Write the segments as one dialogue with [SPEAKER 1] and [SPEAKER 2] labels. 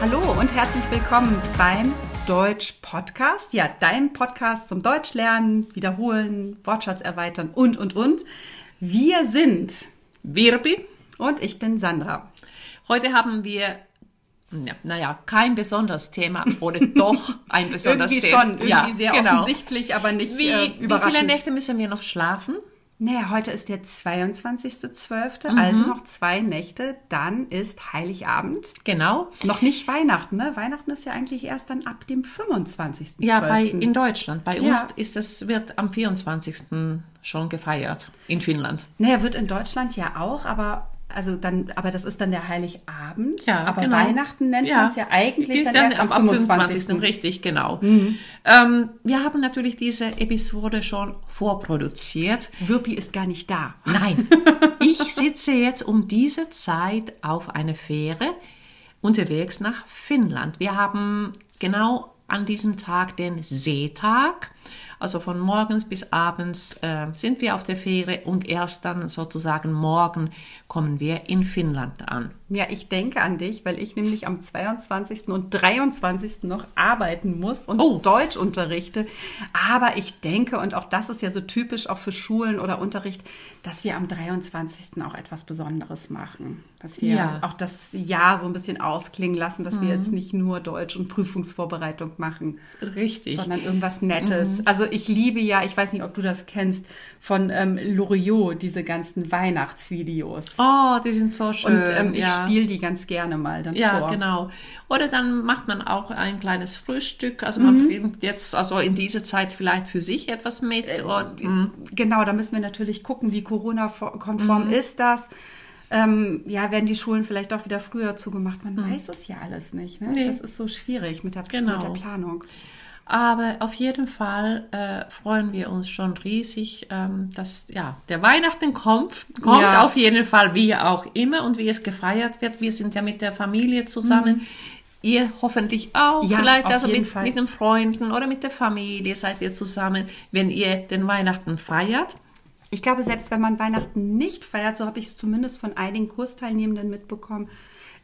[SPEAKER 1] Hallo und herzlich willkommen beim Deutsch Podcast. Ja, dein Podcast zum Deutsch lernen, wiederholen, Wortschatz erweitern und, und, und. Wir sind
[SPEAKER 2] Wirbi.
[SPEAKER 1] und ich bin Sandra.
[SPEAKER 2] Heute haben wir, ja, naja, kein besonderes Thema oder doch ein besonderes
[SPEAKER 1] irgendwie
[SPEAKER 2] Thema. genau.
[SPEAKER 1] schon, irgendwie sehr offensichtlich, aber nicht
[SPEAKER 2] Wie,
[SPEAKER 1] äh,
[SPEAKER 2] wie viele
[SPEAKER 1] überraschend.
[SPEAKER 2] Nächte müssen wir noch schlafen?
[SPEAKER 1] Naja, heute ist der
[SPEAKER 2] Mhm.
[SPEAKER 1] 22.12., also noch zwei Nächte, dann ist Heiligabend.
[SPEAKER 2] Genau.
[SPEAKER 1] Noch nicht Weihnachten, ne? Weihnachten ist ja eigentlich erst dann ab dem 25.12.
[SPEAKER 2] Ja, bei, in Deutschland. Bei
[SPEAKER 1] Ja.
[SPEAKER 2] uns ist es, wird am 24. schon gefeiert. In Finnland.
[SPEAKER 1] Naja, wird in Deutschland ja auch, aber also dann, aber das ist dann der Heiligabend.
[SPEAKER 2] Ja,
[SPEAKER 1] aber
[SPEAKER 2] genau.
[SPEAKER 1] Weihnachten nennt man es ja eigentlich
[SPEAKER 2] Die-
[SPEAKER 1] dann, erst am Mhm. 25.
[SPEAKER 2] Richtig, genau. Ähm, wir haben natürlich diese Episode schon vorproduziert.
[SPEAKER 1] Wirpi ist gar nicht da.
[SPEAKER 2] Nein, ich sitze jetzt um diese Zeit auf einer Fähre unterwegs nach Finnland. Wir haben genau an diesem Tag den Seetag. Also von morgens bis abends äh, sind wir auf der Fähre und erst dann sozusagen morgen kommen wir in Finnland an.
[SPEAKER 1] Ja, ich denke an dich, weil ich nämlich am 22. und 23. noch arbeiten muss und
[SPEAKER 2] Oh.
[SPEAKER 1] Deutsch unterrichte. Aber ich denke, und auch das ist ja so typisch auch für Schulen oder Unterricht, dass wir am 23. auch etwas Besonderes machen. Dass wir
[SPEAKER 2] Ja. Mhm.
[SPEAKER 1] auch das Jahr so ein bisschen ausklingen lassen, dass wir jetzt nicht nur Deutsch und Prüfungsvorbereitung machen.
[SPEAKER 2] Richtig. Mhm.
[SPEAKER 1] sondern irgendwas Nettes. Also ich liebe ja, ich weiß nicht, ob du das kennst, von ähm, Loriot, diese ganzen Weihnachtsvideos.
[SPEAKER 2] Oh, die sind so schön.
[SPEAKER 1] Und ähm, ich
[SPEAKER 2] ja.
[SPEAKER 1] spiele die ganz gerne mal dann
[SPEAKER 2] Ja,
[SPEAKER 1] vor.
[SPEAKER 2] genau. Oder dann macht man auch ein kleines Frühstück. Also
[SPEAKER 1] Mhm.
[SPEAKER 2] man bringt jetzt also in dieser Zeit vielleicht für sich etwas mit.
[SPEAKER 1] Äh,
[SPEAKER 2] Und, mm.
[SPEAKER 1] Genau, da müssen wir natürlich gucken, wie Corona-konform
[SPEAKER 2] Mhm.
[SPEAKER 1] ist das. Ähm, ja, werden die Schulen vielleicht auch wieder früher zugemacht? Man weiß es ja alles nicht. Ne?
[SPEAKER 2] Mhm. Nee.
[SPEAKER 1] Das ist so schwierig mit der,
[SPEAKER 2] Genau.
[SPEAKER 1] mit der Planung.
[SPEAKER 2] Aber auf jeden Fall äh, freuen wir uns schon riesig, ähm, dass ja der Weihnachten kommt, kommt
[SPEAKER 1] Ja.
[SPEAKER 2] auf jeden Fall, wie auch immer und wie es gefeiert wird. Wir sind ja mit der Familie zusammen. Ihr hoffentlich auch,
[SPEAKER 1] Mhm. Ja,
[SPEAKER 2] vielleicht
[SPEAKER 1] auf
[SPEAKER 2] also
[SPEAKER 1] jeden
[SPEAKER 2] mit,
[SPEAKER 1] Fall.
[SPEAKER 2] mit den Freunden oder mit der Familie seid ihr zusammen, wenn ihr den Weihnachten feiert.
[SPEAKER 1] Ich glaube, selbst wenn man Weihnachten nicht feiert, so habe ich es zumindest von einigen Kursteilnehmenden mitbekommen,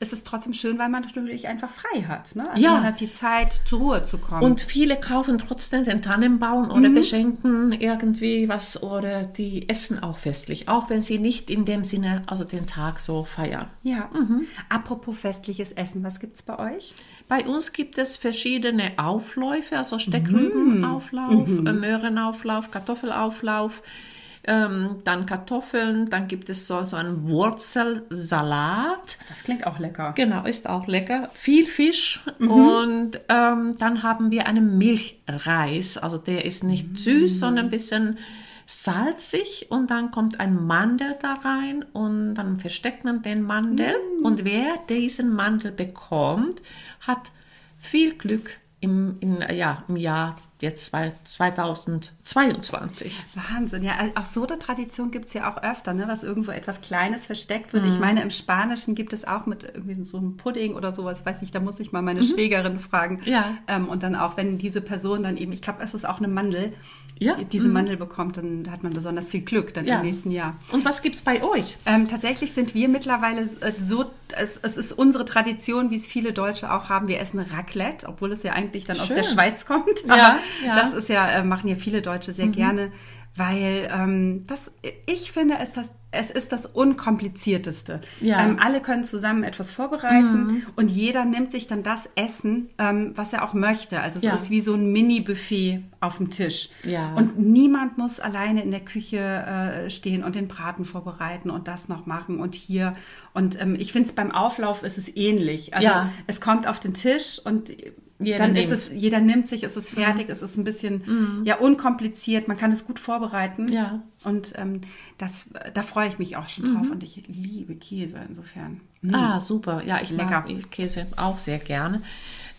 [SPEAKER 1] ist es trotzdem schön, weil man natürlich einfach frei hat. Ne? Also
[SPEAKER 2] Ja.
[SPEAKER 1] man hat die Zeit, zur Ruhe zu kommen.
[SPEAKER 2] Und viele kaufen trotzdem den Tannenbaum
[SPEAKER 1] Mhm.
[SPEAKER 2] oder beschenken irgendwie was oder die essen auch festlich, auch wenn sie nicht in dem Sinne, also den Tag so feiern.
[SPEAKER 1] ja.
[SPEAKER 2] mhm.
[SPEAKER 1] Apropos festliches Essen, was gibt's bei euch?
[SPEAKER 2] Bei uns gibt es verschiedene Aufläufe, also Steckrübenauflauf, äh, Möhrenauflauf, Kartoffelauflauf, ähm, dann Kartoffeln, dann gibt es so, so einen Wurzelsalat.
[SPEAKER 1] Das klingt auch lecker.
[SPEAKER 2] Genau, ist auch lecker. Viel Fisch und ähm, dann haben wir einen Milchreis. Also der ist nicht süß, sondern ein bisschen salzig und dann kommt ein Mandel da rein und dann versteckt man den Mandel und wer diesen Mandel bekommt, hat viel Glück im, in, ja, im Jahr jetzt zwei- 2022.
[SPEAKER 1] Wahnsinn. Ja, äh, auch so eine Tradition gibt's ja auch öfter, ne? dass irgendwo etwas Kleines versteckt wird.
[SPEAKER 2] Mhm.
[SPEAKER 1] Ich meine, im Spanischen gibt es auch mit irgendwie so einem Pudding oder sowas, weiß nicht, da muss ich mal meine Schwägerin fragen.
[SPEAKER 2] Mhm. Ja.
[SPEAKER 1] Ähm, und dann auch, wenn diese Person dann eben, ich glaube, es ist auch eine Mandel,
[SPEAKER 2] Ja. Mhm.
[SPEAKER 1] diese Mandel bekommt, dann hat man besonders viel Glück dann
[SPEAKER 2] Ja.
[SPEAKER 1] im nächsten Jahr.
[SPEAKER 2] Und was gibt's bei euch?
[SPEAKER 1] Ähm, tatsächlich sind wir mittlerweile äh, so, es, es ist unsere Tradition, wie es viele Deutsche auch haben. Wir essen Raclette, obwohl es ja eigentlich dann aus
[SPEAKER 2] Schön.
[SPEAKER 1] der Schweiz kommt.
[SPEAKER 2] Ja,
[SPEAKER 1] Aber
[SPEAKER 2] ja. Mhm.
[SPEAKER 1] das ist ja, äh, machen ja viele Deutsche sehr gerne, weil ähm, das, ich finde, es, das, es ist das Unkomplizierteste.
[SPEAKER 2] Ja. Mhm.
[SPEAKER 1] Ähm, alle können zusammen etwas vorbereiten und jeder nimmt sich dann das Essen, ähm, was er auch möchte. Also es
[SPEAKER 2] Ja.
[SPEAKER 1] ist wie so ein Mini-Buffet auf dem Tisch.
[SPEAKER 2] Ja.
[SPEAKER 1] Und Niemand muss alleine in der Küche äh, stehen und den Braten vorbereiten und das noch machen und hier. Und ähm, ich finde es beim Auflauf ist es ähnlich. Also
[SPEAKER 2] Ja.
[SPEAKER 1] es kommt auf den Tisch und
[SPEAKER 2] Jeder
[SPEAKER 1] dann
[SPEAKER 2] nimmt. Mhm.
[SPEAKER 1] ist es, jeder nimmt sich, es ist fertig, es ist ein bisschen ja unkompliziert, man kann es gut vorbereiten.
[SPEAKER 2] Ja. Mhm.
[SPEAKER 1] Und ähm, das, da freue ich mich auch schon drauf und ich liebe Käse insofern.
[SPEAKER 2] Ah, super. Ja, ich
[SPEAKER 1] Mm. Lecker.
[SPEAKER 2] mag Käse auch sehr gerne.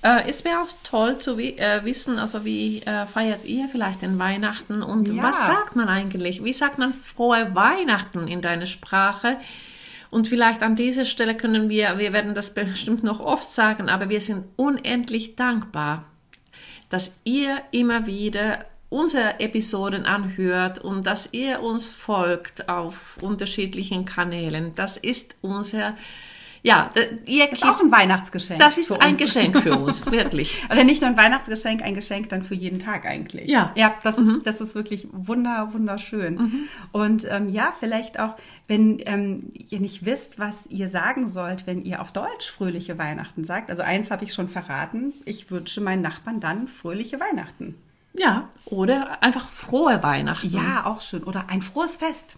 [SPEAKER 2] Äh, es wäre auch toll zu wi äh, wissen, also wie äh, feiert ihr vielleicht den Weihnachten und
[SPEAKER 1] Ja.
[SPEAKER 2] was sagt man eigentlich? Wie sagt man frohe Weihnachten in deiner Sprache? Und vielleicht an dieser Stelle können wir, wir werden das bestimmt noch oft sagen, aber wir sind unendlich dankbar, dass ihr immer wieder unsere Episoden anhört und dass ihr uns folgt auf unterschiedlichen Kanälen. Das ist unser Ja, d- ihr
[SPEAKER 1] Das ist
[SPEAKER 2] Kind-
[SPEAKER 1] auch ein Weihnachtsgeschenk.
[SPEAKER 2] das ist
[SPEAKER 1] für
[SPEAKER 2] ein
[SPEAKER 1] uns.
[SPEAKER 2] Geschenk für uns, wirklich.
[SPEAKER 1] Oder nicht nur ein Weihnachtsgeschenk, ein Geschenk dann für jeden Tag eigentlich.
[SPEAKER 2] Ja.
[SPEAKER 1] Ja, Mhm. das, ist, das ist wirklich wunder, wunderschön. Und ähm, ja, vielleicht auch, wenn ähm, ihr nicht wisst, was ihr sagen sollt, wenn ihr auf Deutsch fröhliche Weihnachten sagt. Also eins habe ich schon verraten. Ich wünsche meinen Nachbarn dann fröhliche Weihnachten.
[SPEAKER 2] Ja, oder einfach frohe Weihnachten.
[SPEAKER 1] Ja, auch schön. Oder ein frohes Fest.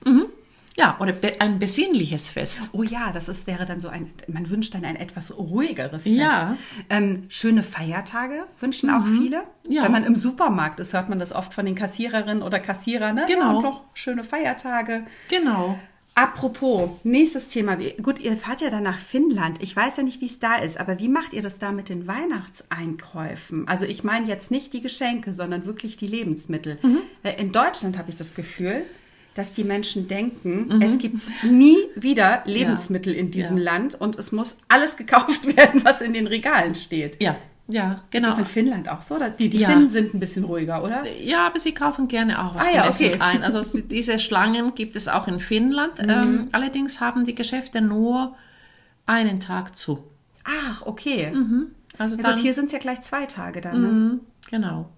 [SPEAKER 2] Ja, oder be ein besinnliches Fest.
[SPEAKER 1] Oh ja, das ist, wäre dann so ein, man wünscht dann ein etwas ruhigeres Fest.
[SPEAKER 2] Ja. Mhm.
[SPEAKER 1] Ähm, schöne Feiertage wünschen auch viele.
[SPEAKER 2] Ja.
[SPEAKER 1] Wenn man im Supermarkt ist, hört man das oft von den Kassiererinnen oder Kassierern. Ne?
[SPEAKER 2] Genau.
[SPEAKER 1] Ja, und noch schöne Feiertage.
[SPEAKER 2] Genau.
[SPEAKER 1] Apropos, nächstes Thema. Wie- Gut, ihr fahrt ja dann nach Finnland. Ich weiß ja nicht, wie es da ist, aber wie macht ihr das da mit den Weihnachtseinkäufen? Also ich meine jetzt nicht die Geschenke, sondern wirklich die Lebensmittel.
[SPEAKER 2] Mhm.
[SPEAKER 1] Äh, In Deutschland habe ich das Gefühl, dass die Menschen denken, es gibt nie wieder Lebensmittel in diesem
[SPEAKER 2] Mhm. Ja.
[SPEAKER 1] Land und es muss alles gekauft werden, was in den Regalen steht.
[SPEAKER 2] Ja, ja, genau.
[SPEAKER 1] Ist das in Finnland auch so? Oder? Die, die
[SPEAKER 2] Ja. Äh,
[SPEAKER 1] Finnen sind ein bisschen ruhiger, oder?
[SPEAKER 2] Ja, aber sie kaufen gerne auch was
[SPEAKER 1] Ah
[SPEAKER 2] zum
[SPEAKER 1] ja,
[SPEAKER 2] Essen
[SPEAKER 1] okay.
[SPEAKER 2] ein. Also s- diese Schlangen gibt es auch in Finnland. Ähm, allerdings haben die Geschäfte nur einen Tag zu.
[SPEAKER 1] Ach, okay.
[SPEAKER 2] Also
[SPEAKER 1] Ja,
[SPEAKER 2] dann,
[SPEAKER 1] gut, hier sind es ja gleich zwei Tage dann. Ne?
[SPEAKER 2] Mhm, genau.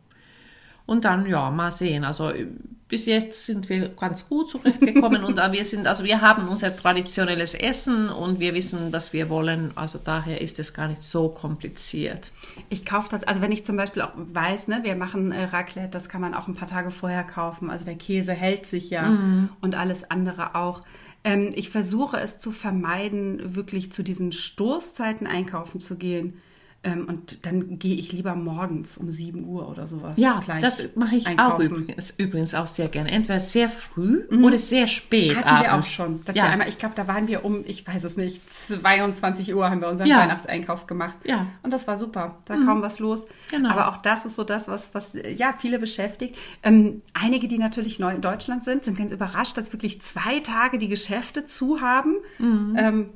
[SPEAKER 2] Und dann, ja, mal sehen. Also äh, bis jetzt sind wir ganz gut zurechtgekommen und äh, wir sind, also wir haben unser traditionelles Essen und wir wissen, was wir wollen. Also daher ist es gar nicht so kompliziert.
[SPEAKER 1] Ich kaufe das, also wenn ich zum Beispiel auch weiß, ne, wir machen äh, Raclette, das kann man auch ein paar Tage vorher kaufen. Also der Käse hält sich ja
[SPEAKER 2] Mhm.
[SPEAKER 1] und alles andere auch. Ähm, ich versuche es zu vermeiden, wirklich zu diesen Stoßzeiten einkaufen zu gehen. Ähm, und dann gehe ich lieber morgens um 7 Uhr oder sowas.
[SPEAKER 2] Ja,
[SPEAKER 1] gleich
[SPEAKER 2] das mache ich auch
[SPEAKER 1] einkaufen. Mhm.
[SPEAKER 2] übrigens, übrigens auch sehr gerne. Entweder sehr früh oder sehr spät
[SPEAKER 1] Hatten
[SPEAKER 2] abends.
[SPEAKER 1] wir auch schon. Dass
[SPEAKER 2] ja.
[SPEAKER 1] wir einmal, ich glaube, da waren wir um, ich weiß es nicht, 22 Uhr haben wir unseren
[SPEAKER 2] Ja.
[SPEAKER 1] Weihnachtseinkauf gemacht.
[SPEAKER 2] Ja. Mhm.
[SPEAKER 1] Und das war super. Da kaum was los.
[SPEAKER 2] Genau.
[SPEAKER 1] Aber auch das ist so das, was, was äh, ja, viele beschäftigt. Ähm, einige, die natürlich neu in Deutschland sind, sind ganz überrascht, dass wirklich zwei Tage die Geschäfte zu haben.
[SPEAKER 2] Mhm.
[SPEAKER 1] Ähm,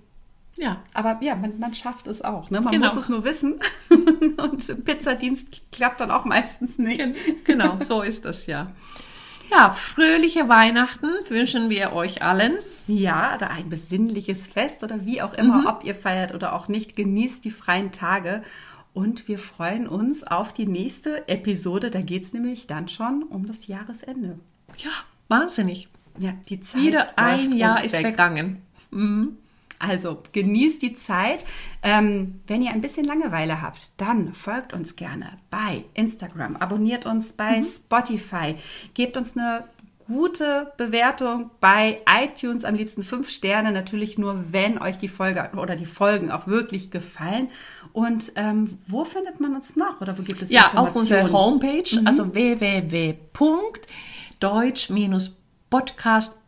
[SPEAKER 2] ja.
[SPEAKER 1] aber ja, man, man schafft es auch. Ne? Man
[SPEAKER 2] Genau.
[SPEAKER 1] muss es nur wissen. Und Pizzadienst klappt dann auch meistens nicht.
[SPEAKER 2] Genau, so ist das ja. Ja, fröhliche Weihnachten wünschen wir euch allen.
[SPEAKER 1] Ja, oder ein besinnliches Fest oder wie auch immer,
[SPEAKER 2] Mhm.
[SPEAKER 1] ob ihr feiert oder auch nicht, genießt die freien Tage. Und wir freuen uns auf die nächste Episode. Da geht es nämlich dann schon um das Jahresende.
[SPEAKER 2] Ja, wahnsinnig.
[SPEAKER 1] Ja, die Zeit.
[SPEAKER 2] Wieder ein
[SPEAKER 1] läuft
[SPEAKER 2] Jahr
[SPEAKER 1] uns
[SPEAKER 2] ist
[SPEAKER 1] weg.
[SPEAKER 2] vergangen.
[SPEAKER 1] Also genießt die Zeit. Ähm, wenn ihr ein bisschen Langeweile habt, dann folgt uns gerne bei Instagram, abonniert uns bei
[SPEAKER 2] Mhm.
[SPEAKER 1] Spotify, gebt uns eine gute Bewertung bei iTunes, am liebsten fünf Sterne, natürlich nur, wenn euch die Folge oder die Folgen auch wirklich gefallen. Und ähm, wo findet man uns noch oder wo gibt es
[SPEAKER 2] Ja, auf
[SPEAKER 1] Informationen?
[SPEAKER 2] unserer Homepage, also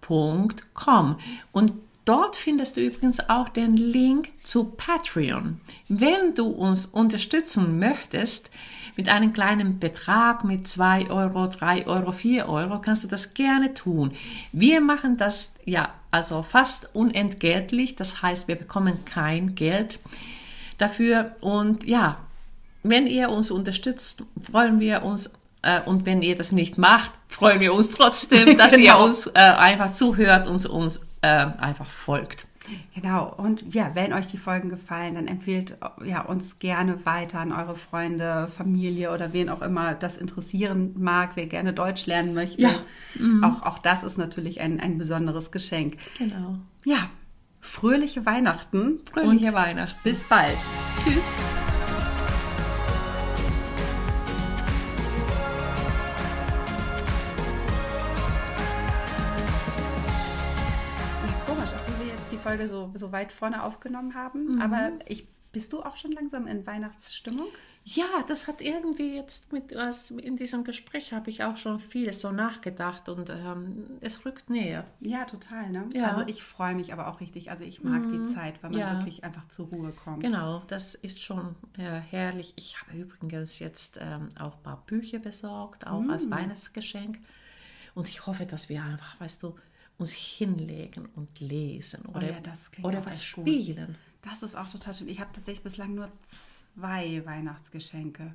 [SPEAKER 2] www.deutsch-podcast.com. Und dort findest du übrigens auch den Link zu Patreon. Wenn du uns unterstützen möchtest, mit einem kleinen Betrag mit 2 Euro, 3 Euro, 4 Euro, kannst du das gerne tun. Wir machen das ja also fast unentgeltlich, das heißt, wir bekommen kein Geld dafür. Und ja, wenn ihr uns unterstützt, freuen wir uns. Äh, und wenn ihr das nicht macht, freuen wir uns trotzdem, dass ihr
[SPEAKER 1] Genau.
[SPEAKER 2] uns äh, einfach zuhört und uns äh, einfach folgt.
[SPEAKER 1] Genau, und ja, wenn euch die Folgen gefallen, dann empfehlt ja, uns gerne weiter an eure Freunde, Familie oder wen auch immer das interessieren mag, wer gerne Deutsch lernen möchte.
[SPEAKER 2] Ja.
[SPEAKER 1] Auch, auch das ist natürlich ein, ein besonderes Geschenk.
[SPEAKER 2] Genau.
[SPEAKER 1] Ja, fröhliche Weihnachten.
[SPEAKER 2] Fröhliche
[SPEAKER 1] und
[SPEAKER 2] Weihnachten.
[SPEAKER 1] Bis bald.
[SPEAKER 2] Tschüss.
[SPEAKER 1] Ja, komisch, obwohl wir jetzt die Folge so, so weit vorne aufgenommen haben. Aber ich, bist du auch schon langsam in Weihnachtsstimmung?
[SPEAKER 2] Ja, das hat irgendwie jetzt mit was in diesem Gespräch habe ich auch schon vieles so nachgedacht und ähm, es rückt näher.
[SPEAKER 1] Ja, total, ne?
[SPEAKER 2] Ja.
[SPEAKER 1] Also ich freue mich aber auch richtig. Also ich mag die Zeit, weil man
[SPEAKER 2] Ja.
[SPEAKER 1] wirklich einfach zur Ruhe kommt.
[SPEAKER 2] Genau, das ist schon äh, herrlich. Ich habe übrigens jetzt ähm, auch ein paar Bücher besorgt, auch
[SPEAKER 1] Mm.
[SPEAKER 2] als Weihnachtsgeschenk. Und ich hoffe, dass wir einfach, weißt du, uns hinlegen und lesen oder,
[SPEAKER 1] Oh ja, das klingt
[SPEAKER 2] oder
[SPEAKER 1] auch
[SPEAKER 2] was
[SPEAKER 1] echt gut.
[SPEAKER 2] spielen.
[SPEAKER 1] Das ist auch total schön. Ich habe tatsächlich bislang nur zwei Weihnachtsgeschenke.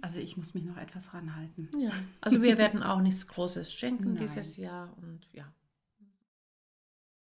[SPEAKER 1] Also ich muss mich noch etwas ranhalten.
[SPEAKER 2] Ja. Also wir werden auch nichts Großes schenken
[SPEAKER 1] Nein.
[SPEAKER 2] dieses Jahr und ja.